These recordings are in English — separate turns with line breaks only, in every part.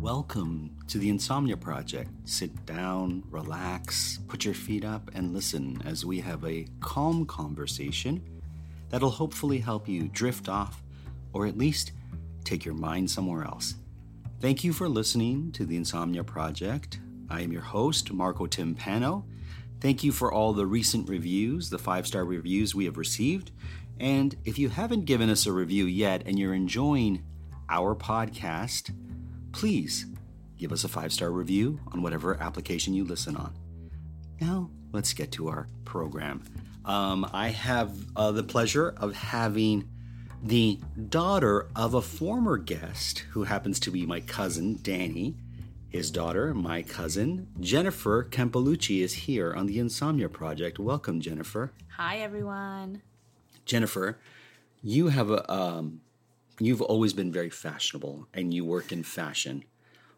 Welcome to the Insomnia Project. Sit down, relax, put your feet up, and listen as we have a calm conversation that'll hopefully help you drift off or at least take your mind somewhere else. Thank you for listening to the Insomnia Project. I am your host, Marco Timpano. Thank you for all the recent reviews, the five star reviews we have received. And if you haven't given us a review yet and you're enjoying our podcast, please give us a five star review on whatever application you listen on. Now, let's get to our program. Um, I have uh, the pleasure of having the daughter of a former guest who happens to be my cousin, Danny. His daughter, my cousin, Jennifer Campolucci, is here on the Insomnia Project. Welcome, Jennifer.
Hi, everyone.
Jennifer, you have a, um, you've always been very fashionable, and you work in fashion.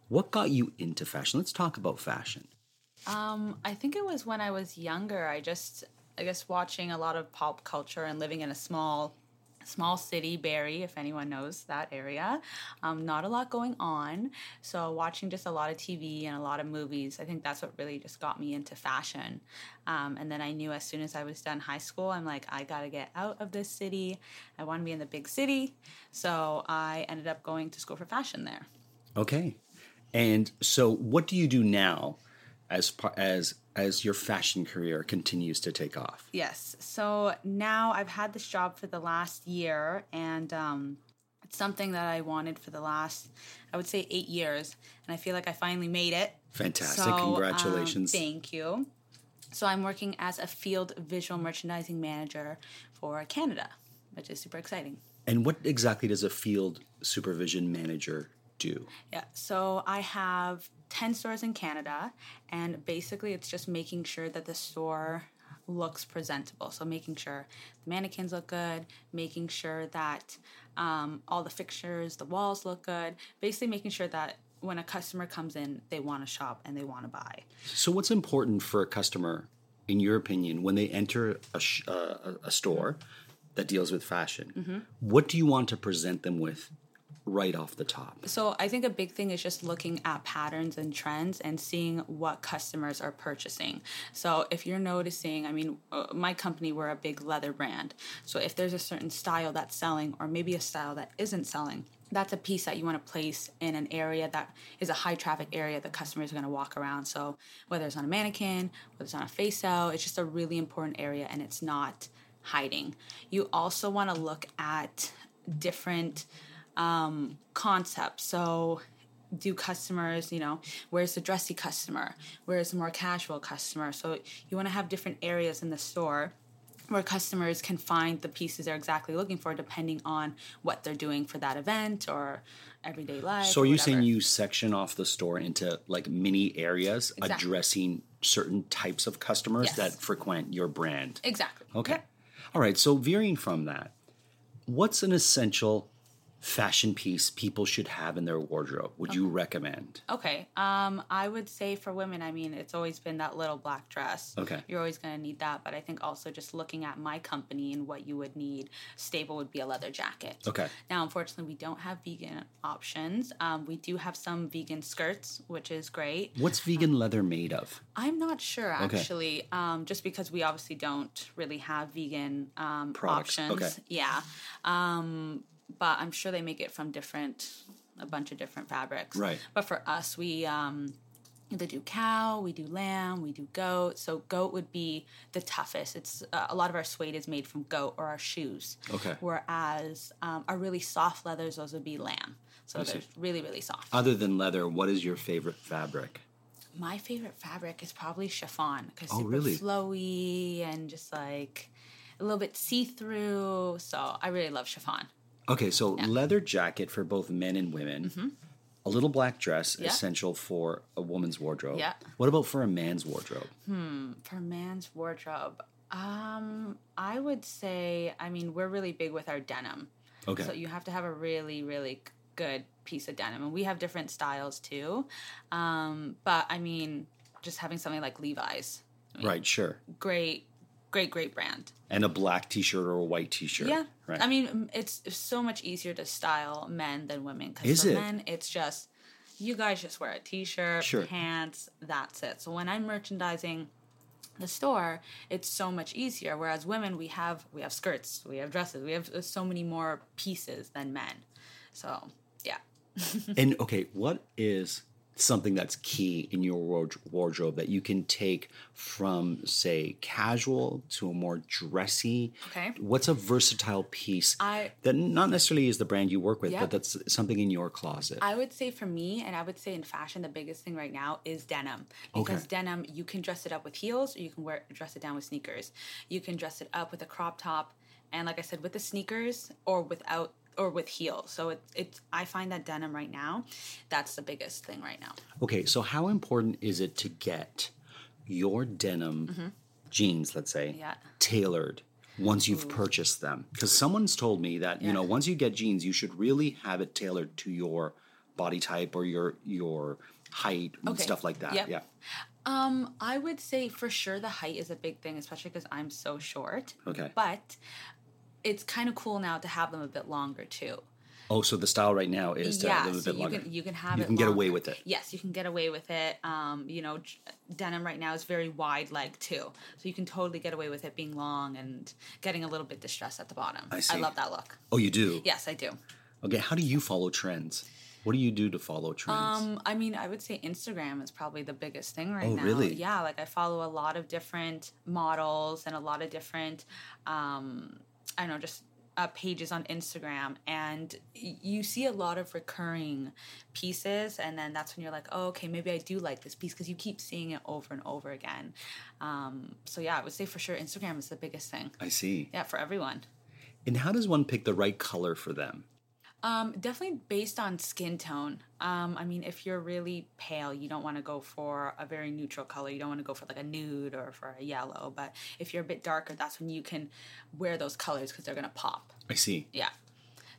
What got you into fashion? Let's talk about fashion.
Um, I think it was when I was younger. I just, I guess, watching a lot of pop culture and living in a small, small city, Barrie, if anyone knows that area. Um, not a lot going on. So watching just a lot of TV and a lot of movies. I think that's what really just got me into fashion. Um, and then I knew as soon as I was done high school, I'm like, I gotta get out of this city. I want to be in the big city. So I ended up going to school for fashion there.
Okay. And so, what do you do now, as par- as as your fashion career continues to take off?
Yes. So now I've had this job for the last year, and um, it's something that I wanted for the last, I would say, eight years. And I feel like I finally made it.
Fantastic!
So, um,
Congratulations.
thank you. So I'm working as a field visual merchandising manager for Canada, which is super exciting.
and what exactly does a field supervision manager do?
Yeah, so I have 10 stores in Canada, and basically it's just making sure that the store looks presentable. So, making sure the mannequins look good, making sure that um, all the fixtures, the walls look good, basically making sure that when a customer comes in, they want to shop and they want to buy.
So, what's important for a customer, in your opinion, when they enter a, sh- uh, a- a store that deals with fashion?
Mm-hmm.
What do you want to present them with right off the top?
So I think a big thing is just looking at patterns and trends and seeing what customers are purchasing. So if you're noticing, I mean, uh, my company we're a big leather brand. So if there's a certain style that's selling or maybe a style that isn't selling, that's a piece that you want to place in an area that is a high traffic area that customers are going to walk around. So whether it's on a mannequin, whether it's on a face out, it's just a really important area and it's not hiding. You also want to look at different um, concept. So, do customers, you know, where's the dressy customer? Where's the more casual customer? So, you want to have different areas in the store where customers can find the pieces they're exactly looking for depending on what they're doing for that event or everyday life.
So,
or
are you
whatever.
saying you section off the store into like mini areas addressing certain types of customers
Yes.
that frequent your brand?
Exactly.
Okay. All right. So, veering from that, what's an essential fashion piece people should have in their wardrobe? Would
Oh.
you recommend?
Okay. Um, I would say for women, I mean, it's always been that little black dress.
Okay.
You're always going to need that. But I think also just looking at my company and what you would need, staple would be a leather jacket.
Okay.
Now, unfortunately, we don't have vegan options. Um, we do have some vegan skirts, which is great.
What's vegan leather made of?
I'm not sure actually, um, just because we obviously don't really have vegan um,
Products,
options.
okay.
Yeah, um, but I'm sure they make it from different, a bunch of different fabrics.
Right.
But for us, we um, they do cow, we do lamb, we do goat. So goat would be the toughest. It's uh, a lot of our suede is made from goat or our shoes.
Okay.
Whereas um, our really soft leathers, those would be lamb. So they're really really soft.
Other than leather, what is your favorite fabric?
My favorite fabric is probably chiffon because
Oh,
super
really?
flowy and just like a little bit see through. So I really love chiffon.
Okay, so leather jacket for both men and women. A little black dress
Mm-hmm. Yeah.
essential for a woman's wardrobe.
Yeah. Mm-hmm.
What about for a man's wardrobe?
For man's wardrobe, um, I would say, I mean, we're really big with our denim.
Okay.
So you have to have a really, really good piece of denim. And we have different styles too. Um, but I mean, just having something like Levi's,
Right, sure.
great, great, great brand.
And a black t-shirt or a white t-shirt.
Yeah.
Right.
I mean, it's so much easier to style men than women.
Is
Because for
it?
men, it's just, you guys just wear a t shirt,
Sure.
pants, that's it. So when I'm merchandising, the store it's so much easier whereas women we have we have skirts we have dresses we have uh, so many more pieces than men so yeah
And okay, what is something that's key in your ward- wardrobe that you can take from, say, casual to a more dressy?
Okay.
What's a versatile piece
I-
that not necessarily is the brand you work with,
Yeah.
but that's something in your closet?
I would say for me, and I would say in fashion, the biggest thing right now is denim. Because
Okay.
denim, you can dress it up with heels, or you can wear dress it down with sneakers. You can dress it up with a crop top, and like I said, with the sneakers or without or with heels. So it, it's I find that denim right now, that's the biggest thing right now.
okay, so how important is it to get your denim jeans, let's say,
Mm-hmm. Yeah.
tailored? Once you've purchased them, because someone's told me that you know, once you get jeans, you should really have it tailored to your body type or your your height and
Okay.
stuff like that.
Yep.
Yeah.
Um, I would say for sure the height is a big thing, especially because I'm so short.
Okay.
But it's kind of cool now to have them a bit longer too.
Oh, so the style right now is to have them a
so
bit longer.
You can, you can have
You
it.
can get away
longer.
with it.
Yes, you can get away with it. Um, you know, j- denim right now is very wide leg too, so you can totally get away with it being long and getting a little bit distressed at the bottom. I
see.
love that look.
oh, you do.
Yes, I do.
Okay. How do you follow trends? What do you do to follow trends?
Um, I mean, I would say Instagram is probably the biggest thing right
Oh,
now.
really?
Yeah, like I follow a lot of different models and a lot of different, um, I don't know, just uh, pages on Instagram, and y- you see a lot of recurring pieces, and then that's when you're like, oh, okay, maybe I do like this piece because you keep seeing it over and over again. Um, so yeah, I would say for sure Instagram is the biggest thing.
I see.
Yeah, for everyone.
And how does one pick the right color for them?
Um, definitely based on skin tone. Um, I mean, if you're really pale, you don't want to go for a very neutral color. You don't want to go for like a nude or for a yellow. But if you're a bit darker, that's when you can wear those colors because they're gonna pop.
I see.
Yeah.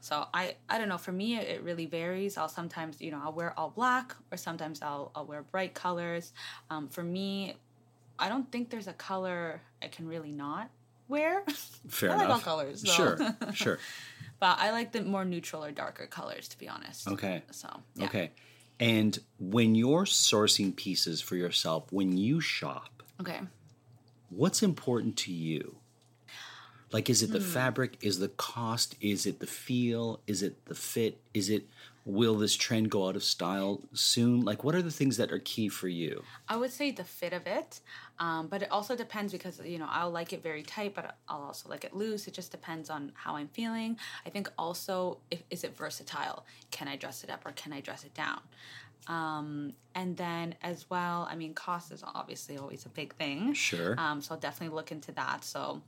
So I, I don't know. For me, it, it really varies. I'll sometimes, you know, I'll wear all black, or sometimes I'll I'll wear bright colors. Um, for me, I don't think there's a color I can really not wear.
Fair
I like
enough.
all colors, though.
Sure. sure.
but I like the more neutral or darker colors, to be honest.
Okay.
So yeah.
Okay. And when you're sourcing pieces for yourself, when you shop,
Okay.
what's important to you? Like, is it
Hmm.
the fabric? Is the cost? Is it the feel? Is it the fit? Is it will this trend go out of style soon? Like, what are the things that are key for you?
I would say the fit of it, um, but it also depends because you know I'll like it very tight, but I'll also like it loose. It just depends on how I'm feeling. I think also if, is it versatile? Can I dress it up or can I dress it down? Um, and then as well, I mean, cost is obviously always a big thing.
Sure.
Um, so I'll definitely look into that. So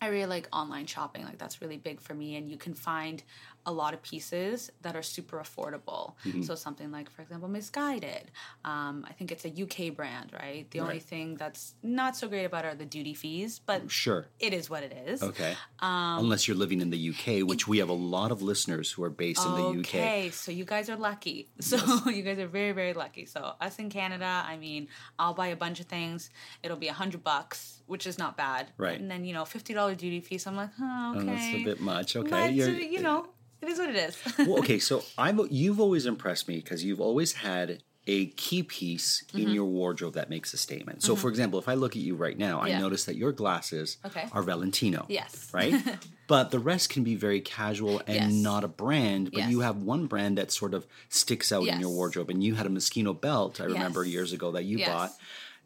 I really like online shopping. Like that's really big for me, and you can find a lot of pieces that are super affordable.
Mm-hmm.
So something like, for example, Misguided. Um, I think it's a UK brand, right? The only
Right.
thing that's not so great about it are the duty fees, but
Sure.
it is what it is.
Okay.
Um,
Unless you're living in the UK, which we have a lot of listeners who are based in the UK.
Okay, so you guys are lucky. So you guys are very, very lucky. So us in Canada, I mean, I'll buy a bunch of things. It'll be a hundred bucks, which is not bad.
Right.
And then you know, fifty dollar duty fee. So I'm like, oh, okay,
Oh, that's a bit much. Okay.
But
you're-
you uh, know, it is what it is.
well, okay, so I've you've always impressed me because you've always had a key piece
Mm-hmm.
in your wardrobe that makes a statement. So, for example, if I look at you right now, I
Yeah.
notice that your glasses
Okay.
are Valentino.
Yes.
Right? but the rest can be very casual and
Yes.
not a brand, but you
Yes.
have one brand that sort of sticks out in your
Yes.
wardrobe. And you had a Moschino belt, I remember
Yes.
years ago, that you
Yes.
bought.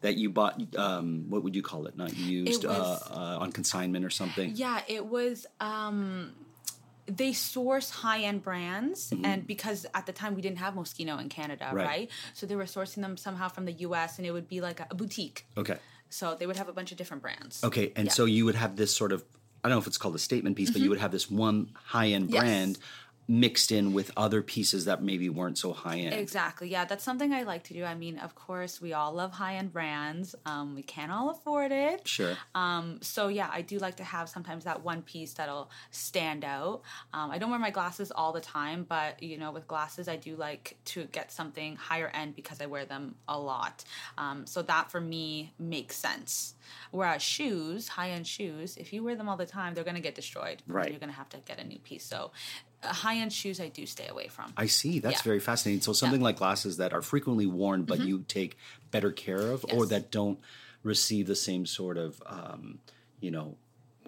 That you bought, um, what would you call it? Not used,
was-
uh, uh, on consignment or something.
Yeah, it was. Um, they source high end brands, and because at the time we didn't have Moschino in Canada,
Mm-hmm. Right.
right. So they were sourcing them somehow from the U.S., and it would be like a boutique.
Okay.
So they would have a bunch of different brands.
Okay, and so you would have this sort of I don't know if it's called a statement piece, but you would have this one high end
Mm-hmm. Yes.
brand mixed in with other pieces that maybe weren't so high end.
Exactly. Yeah, that's something I like to do. I mean, of course, we all love high end brands. Um, we can't all afford it.
Sure.
Um, so yeah, I do like to have sometimes that one piece that'll stand out. Um, I don't wear my glasses all the time, but you know, with glasses, I do like to get something higher end because I wear them a lot. Um, so that for me makes sense. Whereas shoes, high end shoes, if you wear them all the time, they're gonna get destroyed. and
Right.
You're gonna have to get a new piece. So. High end shoes, I do stay away from.
I see. That's
Yeah. Mm-hmm.
very fascinating. So something like glasses that are frequently worn, but you take better care of, or
Yes.
that don't receive the same sort of, um, you know,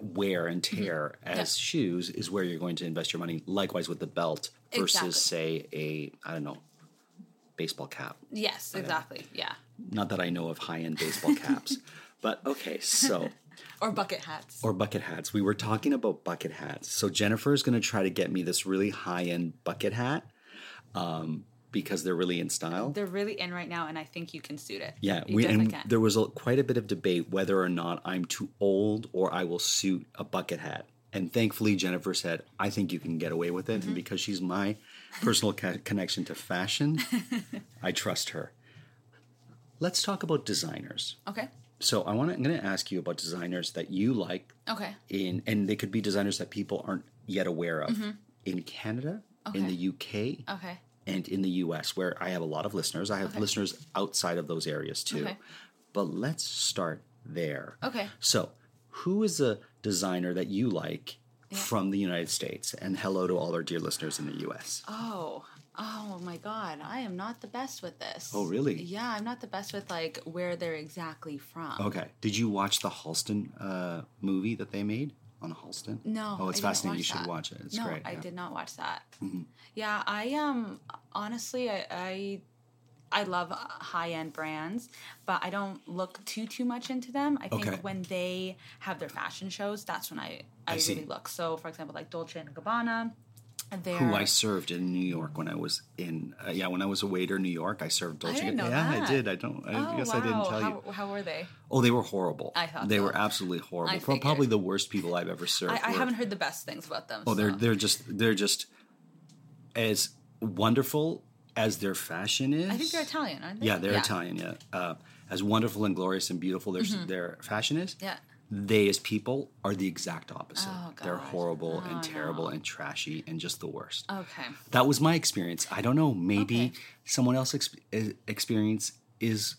wear and
Mm-hmm.
tear as shoes is where you're going to invest your money. Likewise with the belt versus,
Exactly.
say, a I don't know, baseball cap. Oh,
Yes, exactly. Yeah.
Not that I know of high end baseball caps. But okay, so
Or bucket hats.
or bucket hats. We were talking about bucket hats. So Jennifer is going to try to get me this really high end bucket hat um, because they're really in style.
They're really in right now, and I think you can suit it.
yeah,
you
we, and
definitely can.
there was a, quite a bit of debate whether or not I'm too old or I will suit a bucket hat. And thankfully, Jennifer said, I think you can get away with it.
Mm-hmm.
And because she's my personal ca- connection to fashion, I trust her. Let's talk about designers.
Okay.
So I want to, I'm going to ask you about designers that you like
Okay.
in and they could be designers that people aren't yet aware of in Canada, in
Mm-hmm. Okay.
the UK,
Okay.
and in the US where I have a lot of listeners. I have listeners outside of those areas too.
Okay.
But let's start there.
Okay.
So, who is a designer that you like from the United States? And hello to all our dear listeners in the US.
Oh. Oh my God. I am not the best with this.
Oh, really?
Yeah, I'm not the best with like where they're exactly from.
Okay. Did you watch the Halston uh, movie that they made on Halston?
No.
Oh, it's
I didn't
fascinating. You
watch
should
that.
watch it. It's
no,
great.
I
yeah. Mm-hmm.
did not watch that. Yeah, I um honestly I I, I love high end brands, but I don't look too too much into them. I think
Okay.
when they have their fashion shows, that's when I I,
see.
really look. So for example, like Dolce and Gabbana, they're
who I served in New York when I was in uh, yeah when I was a waiter in New York I served Dolce.
didn't know
yeah,
that.
I did. I don't. I
Oh,
guess I didn't
wow.
tell
how,
you.
How were they?
Oh, they were horrible.
I thought
they
so.
were absolutely horrible.
I
Pro-
figured.
Probably the worst people I've ever served.
I, I
were.
haven't heard the best things about them.
Oh, they're
so-
they're just they're just as wonderful as their fashion is.
I think they're Italian, aren't they?
Yeah, they're Italian. Yeah, uh, as wonderful and glorious and beautiful their their fashion is.
Mm-hmm. Yeah.
They as people are the exact opposite.
Oh,
They're
God.
horrible and terrible and trashy and just the worst.
Okay.
That was my experience. I don't know. Maybe
Okay.
someone else's exp- is- experience is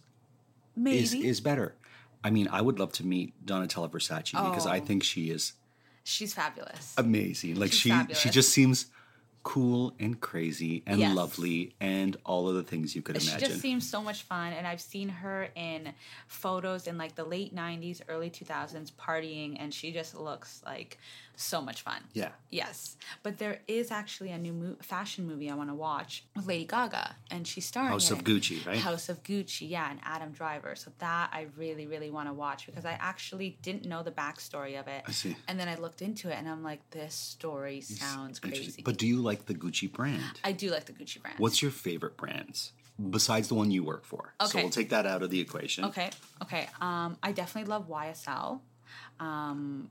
Maybe.
is is better. I mean, I would love to meet Donatella Versace because I
Oh.
think she is
She's fabulous.
amazing. Like
She's
she she
fabulous.
just seems cool and crazy and
Yes.
lovely and all of the things you could
she
imagine.
just seems so much fun and i've seen her in photos in like the late 90s early 2000s partying and she just looks like so much fun
yeah.
yes but there is actually a new mo- fashion movie i want to watch with lady gaga and she's starring
House
in
of
it.
Gucci, right?
house of gucci yeah and adam driver so that i really really want to watch because i actually didn't know the backstory of it i
see.
and then i looked into it and i'm like this story sounds crazy
Interesting. But do you like the Gucci brand?
i do like the gucci brand
What's your favorite brands besides the one you work for? So
Okay.
we'll take that out of the equation.
Okay. Okay. Um, I definitely love YSL. Um,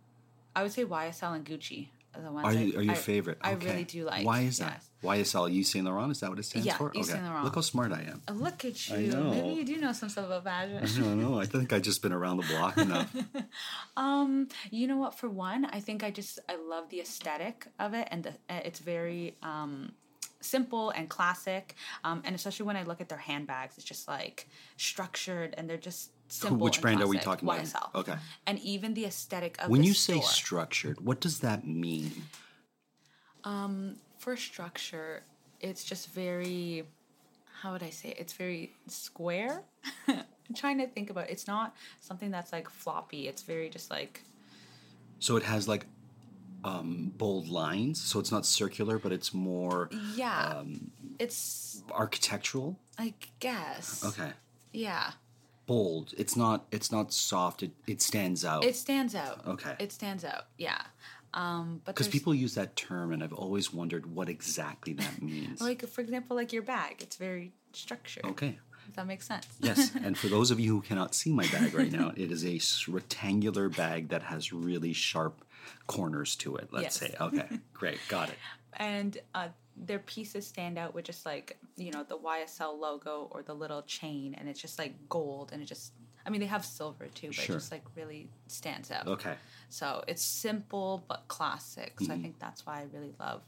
I would say YSL and Gucci are the ones.
Are
I-
you, are your
I-
favorite?
I
Okay.
really do like.
Why is that?
yes.
YSL, you Saint Laurent. Is that what it stands
Yeah,
for?
Yves Saint Laurent.
Look how smart I am.
Oh, Look at you.
I know.
Maybe you do know some stuff about
I
fashion.
don't know. I think I've just been around the block enough.
um, you know what? For one, I think I just I love the aesthetic of it, and the, uh, it's very um, simple and classic. Um, and especially when I look at their handbags, it's just like structured, and they're just simple.
which
and
brand are we
classic.
talking about?
YSL.
Okay.
And even the aesthetic of
when
the
you say
store.
structured, what does that mean?
for structure, it's just very how would I say it? it's very square. I'm trying to think about it. it's not something that's like floppy. It's very just like
So it has like um, bold lines. So it's not circular, but it's more
Mm. yeah. um, it's
architectural.
I guess.
Okay.
Yeah.
Bold. It's not. It's not soft. It, it stands out.
It stands out.
Okay.
It stands out. Yeah. Um but
because
there's-
people use that term, and I've always wondered what exactly that means.
like for example like your bag, it's very structured.
okay.
If that makes sense.
Yes, and for those of you who cannot see my bag right now, it is a s- rectangular bag that has really sharp corners to it. Let's
Yes.
say. Okay, great, got it.
and uh, their pieces stand out with just like you know the YSL logo or the little chain, and it's just like gold, and it just I mean they have silver too, but
Sure.
it just like really stands out.
Okay, Mm-hmm.
So it's simple but classic. So I think that's why I really love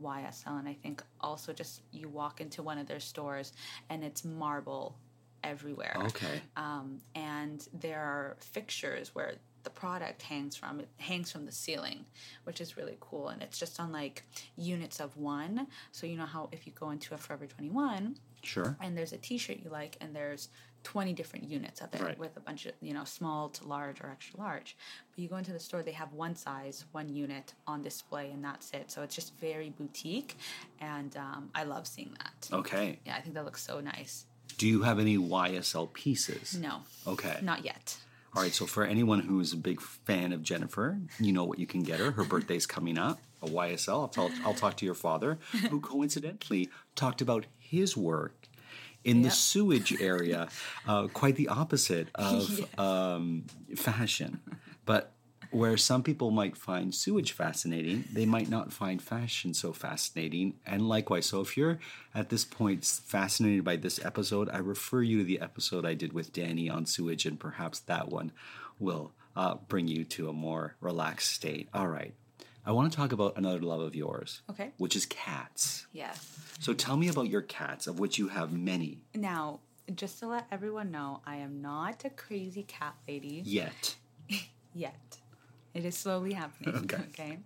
YSL, and I think also just you walk into one of their stores and it's marble everywhere
okay.
um, and there are fixtures where the product hangs from it hangs from the ceiling which is really cool and it's just on like units of one so you know how if you go into a forever 21
Sure.
and there's a t-shirt you like and there's 20 different units of it
Right.
with a bunch of you know small to large or extra large but you go into the store they have one size one unit on display and that's it so it's just very boutique and um, i love seeing that
Okay.
yeah i think that looks so nice
Do you have any YSL pieces?
no
Okay.
not yet
All right, so for anyone who's a big fan of Jennifer, you know what you can get her. Her birthday's coming up, a YSL. I'll, tell, I'll talk to your father, who coincidentally talked about his work in the
Yep.
sewage area, uh, quite the opposite of um, fashion. But where some people might find sewage fascinating, they might not find fashion so fascinating, and likewise. So, if you're at this point fascinated by this episode, I refer you to the episode I did with Danny on sewage, and perhaps that one will uh, bring you to a more relaxed state. All right. I want to talk about another love of yours,
Okay.
which is cats.
yes
So, tell me about your cats, of which you have many
Now, just to let everyone know, I am not a crazy cat lady
yet.
yet. It is slowly happening. Okay.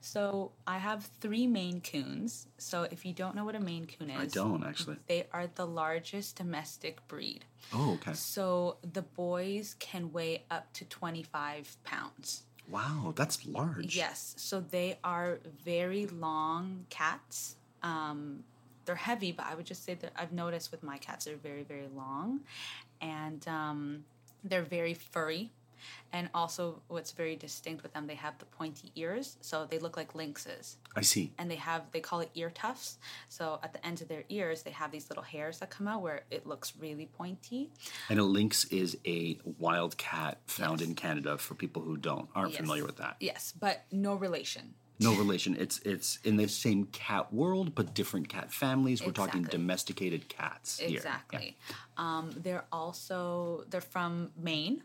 So I have three Maine Coons. So if you don't know what a Maine Coon is,
I don't actually.
They are the largest domestic breed.
Oh, okay.
So the boys can weigh up to 25 pounds.
Wow, that's large.
Yes. So they are very long cats. Um, they're heavy, but I would just say that I've noticed with my cats, they're very, very long. And um, they're very furry. And also, what's very distinct with them, they have the pointy ears. So they look like lynxes.
I see.
And they have, they call it ear tufts. So at the ends of their ears, they have these little hairs that come out where it looks really pointy.
And a lynx is a wild cat found in Canada for people who don't aren't familiar with that.
Yes, but no relation.
No relation. It's it's in the same cat world but different cat families. We're talking
Exactly.
domesticated cats here. Yeah.
Exactly. Um, they're also they're from Maine.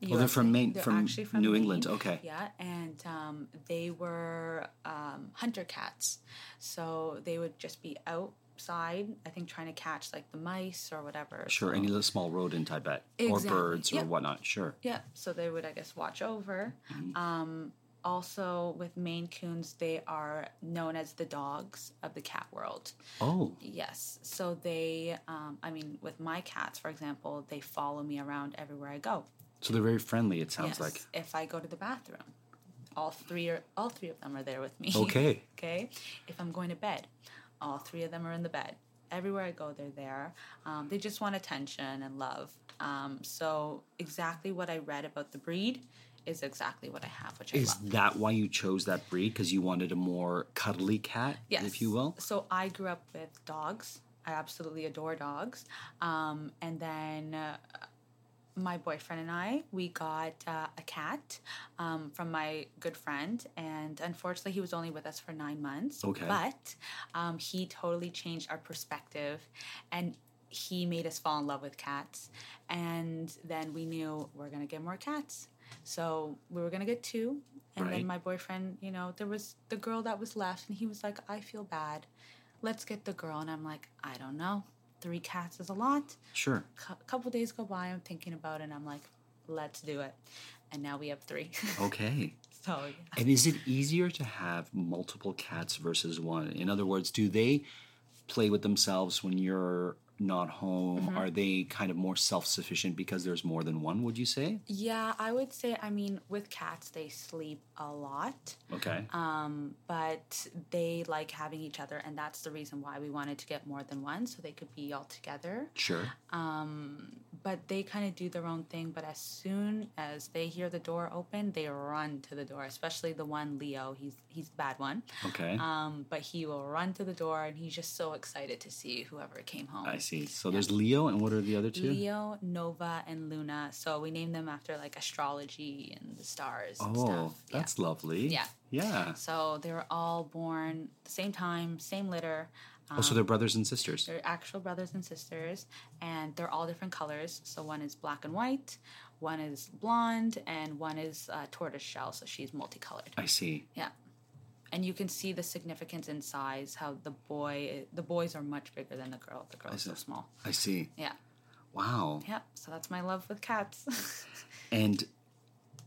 Well, Oh, they're from Maine,
They're
from
actually from
New
Maine.
England. Okay.
Yeah, and um, they were um, hunter cats, so they would just be outside. I think trying to catch like the mice or whatever.
Sure,
So-
any little small rodent, I bet,
Exactly.
or birds or
Yep.
whatnot. Sure.
Yeah, so they would, I guess, watch over.
Mm-hmm.
Um, also, with Maine Coons, they are known as the dogs of the cat world.
Oh,
Yes. So they, um, I mean, with my cats, for example, they follow me around everywhere I go.
so they're very friendly. It sounds
yes.
like.
If I go to the bathroom, all three are all three of them are there with me.
Okay.
okay. If I'm going to bed, all three of them are in the bed. Everywhere I go, they're there. Um, they just want attention and love. Um, so exactly what I read about the breed is exactly what I have, which I
Is
love.
that why you chose that breed? Because you wanted a more cuddly cat,
yes.
if you will.
So I grew up with dogs. I absolutely adore dogs. Um, and then uh, my boyfriend and I, we got uh, a cat um, from my good friend. And unfortunately, he was only with us for nine months.
Okay.
But um, he totally changed our perspective and he made us fall in love with cats. And then we knew we're going to get more cats. So we were going to get two. And
Right.
then my boyfriend, you know, there was the girl that was left and he was like, I feel bad. Let's get the girl. And I'm like, I don't know. Three cats is a lot
Sure.
cou- couple days go by i'm thinking about it and i'm like let's do it and now we have three
Okay.
so yeah.
And is it easier to have multiple cats versus one? In other words, do they play with themselves when you're not home?
Mm-hmm.
Are they kind of more self sufficient because there's more than one, would you say?
Yeah, I would say, I mean, with cats, they sleep a lot,
Okay.
Um, but they like having each other. And that's the reason why we wanted to get more than one so they could be all together.
sure.
uh, But they kind of do their own thing. But as soon as they hear the door open, they run to the door, especially the one Leo. He's, he's the bad one.
Okay.
Um, but he will run to the door and he's just so excited to see whoever came home.
I see. So there's Leo, and what are the other two?
Leo, Nova, and Luna. So we named them after like astrology and the stars and
Oh,
stuff.
that's lovely.
Yeah.
Yeah.
yeah. So they were all born the same time, same litter. Um,
Oh, so they're brothers and sisters.
they're actual brothers and sisters, and they're all different colors. So one is black and white, one is blonde, and one is uh, tortoise shell. So she's multicolored.
I see.
Yeah. And you can see the significance in size. How the boy, the boys are much bigger than the girl. The girl is so
see.
small.
I see.
Yeah,
Wow.
yeah. So that's my love with cats.
And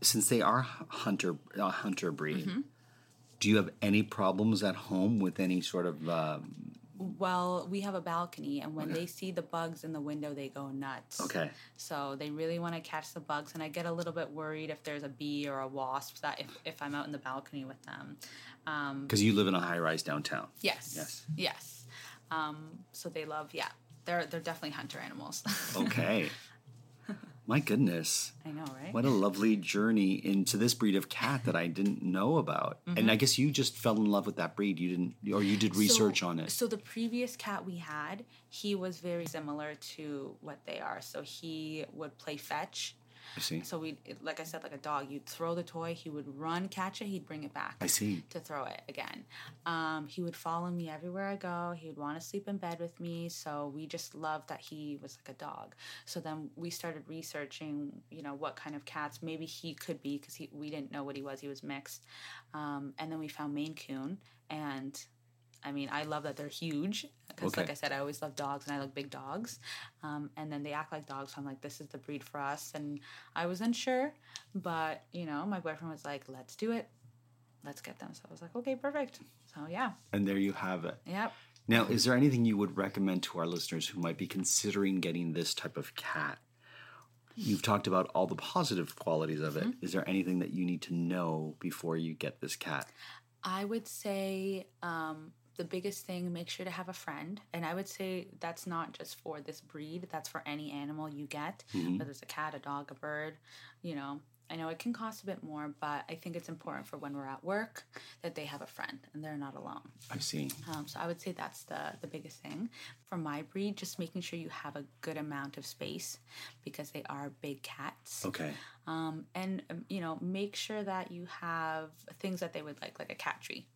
since they are h- hunter uh, hunter breed,
Mm-hmm.
do you have any problems at home with any sort of? Uh,
well, we have a balcony, and when they see the bugs in the window, they go nuts.
okay.
So they really want to catch the bugs, and I get a little bit worried if there's a bee or a wasp that if, if I'm out in the balcony with them. Um,
Because you live in a high rise downtown.
yes.
Yes.
Yes. Um, so they love. Yeah. They're they're definitely hunter animals.
Okay. My goodness.
I know, right?
What a lovely journey into this breed of cat that I didn't know about. And I guess you just fell in love with that breed. You didn't, or you did research
Mm-hmm. So-
on it.
So the previous cat we had, he was very similar to what they are. So he would play fetch.
I see.
So we, like I said, like a dog, you'd throw the toy, he would run, catch it, he'd bring it back.
I see.
To throw it again. Um, he would follow me everywhere I go. He would want to sleep in bed with me. So we just loved that he was like a dog. So then we started researching, you know, what kind of cats maybe he could be because he we didn't know what he was. He was mixed. Um, and then we found Maine Coon and. I mean, I love that they're huge because,
Okay.
like I said, I always love dogs and I like big dogs. Um, and then they act like dogs. So I'm like, this is the breed for us. And I was unsure, but you know, my boyfriend was like, let's do it. Let's get them. So I was like, okay, perfect. So yeah,
And there you have it.
yeah.
Now, is there anything you would recommend to our listeners who might be considering getting this type of cat? You've talked about all the positive qualities of it. Is
Mm-hmm.
there anything that you need to know before you get this cat?
I would say um, the biggest thing, make sure to have a friend. And I would say that's not just for this breed, that's for any animal you get, whether it's a cat, a dog, a bird, you know. I know it can cost a bit more, but I think it's important for when we're at work that they have a friend and they're not alone.
I see.
Um, so I would say that's the the biggest thing for my breed. Just making sure you have a good amount of space because they are big cats,
Okay.
um, and um, you know make sure that you have things that they would like, like a cat tree.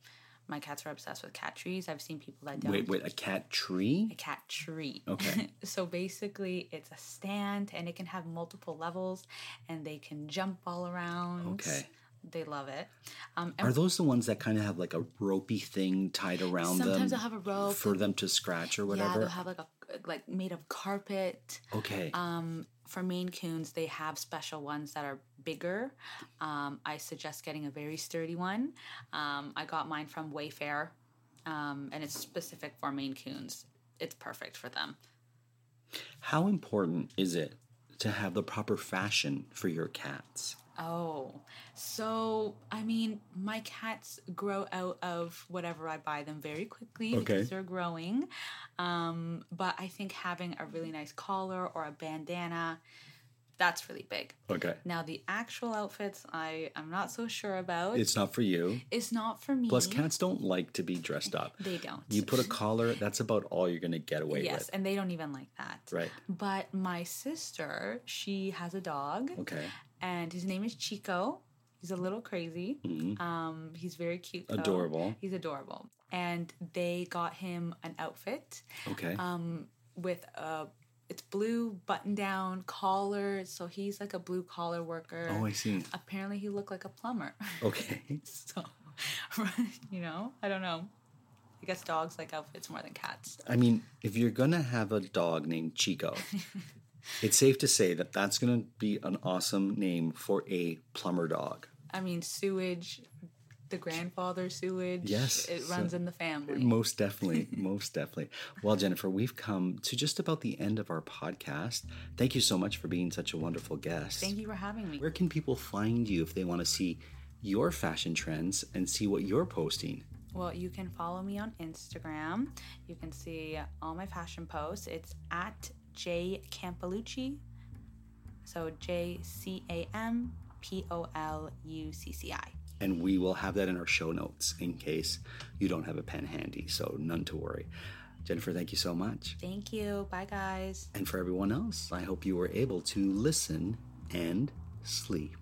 My cats are obsessed with cat trees. I've seen people that don't.
Wait, wait, a cat
A
tree?
cat tree.
Okay.
so basically, it's a stand, and it can have multiple levels, and they can jump all around.
Okay.
They love it. Um, and
Are those the ones that kind of have like a ropey thing tied around them?
Sometimes they'll have a rope.
For them to scratch or
yeah,
whatever?
they'll have Um, like a like made of carpet.
okay.
for Maine Coons, they have special ones that are bigger. Um, I suggest getting a very sturdy one. Um, I got mine from Wayfair, um, and it's specific for Maine Coons. It's perfect for them.
How important is it to have the proper fashion for your cats?
Oh, so I mean, my cats grow out of whatever I buy them very quickly
Okay.
because they're growing. Um, but I think having a really nice collar or a bandana, that's really big.
Okay.
Now the actual outfits, I am not so sure about.
It's not for you.
It's not for me.
Plus, cats don't like to be dressed up.
Mm-hmm. They don't.
You put a collar, that's about all you're going to get away
yes,
with.
and they don't even like that.
Right.
But my sister, she has a dog,
Okay.
and his name is Chico. He's a little crazy. Um, he's very cute. though.
Mm-hmm. Adorable.
He's adorable. And they got him an outfit
Okay.
Um, with a it's blue button down collar. So he's like a blue collar worker.
oh, I see.
Apparently, he looked like a plumber.
Okay.
so, you know, I don't know. I guess dogs like outfits more than cats.
I mean, if you're going to have a dog named Chico, it's safe to say that that's going to be an awesome name for a plumber dog.
I mean, sewage, the grandfather sewage.
Yes,
It runs
so-
in the family.
Most definitely. most definitely. Well, Jennifer, we've come to just about the end of our podcast. Thank you so much for being such a wonderful guest.
Thank you for having me.
Where can people find you if they want to see your fashion trends and see what you're posting?
Well, you can follow me on Instagram. You can see all my fashion posts. It's at J Campolucci. So J C A M P O L U C C I.
And we will have that in our show notes in case you don't have a pen handy. So, none to worry. Jennifer, thank you so much.
Thank you. Bye, guys.
And for everyone else, I hope you were able to listen and sleep.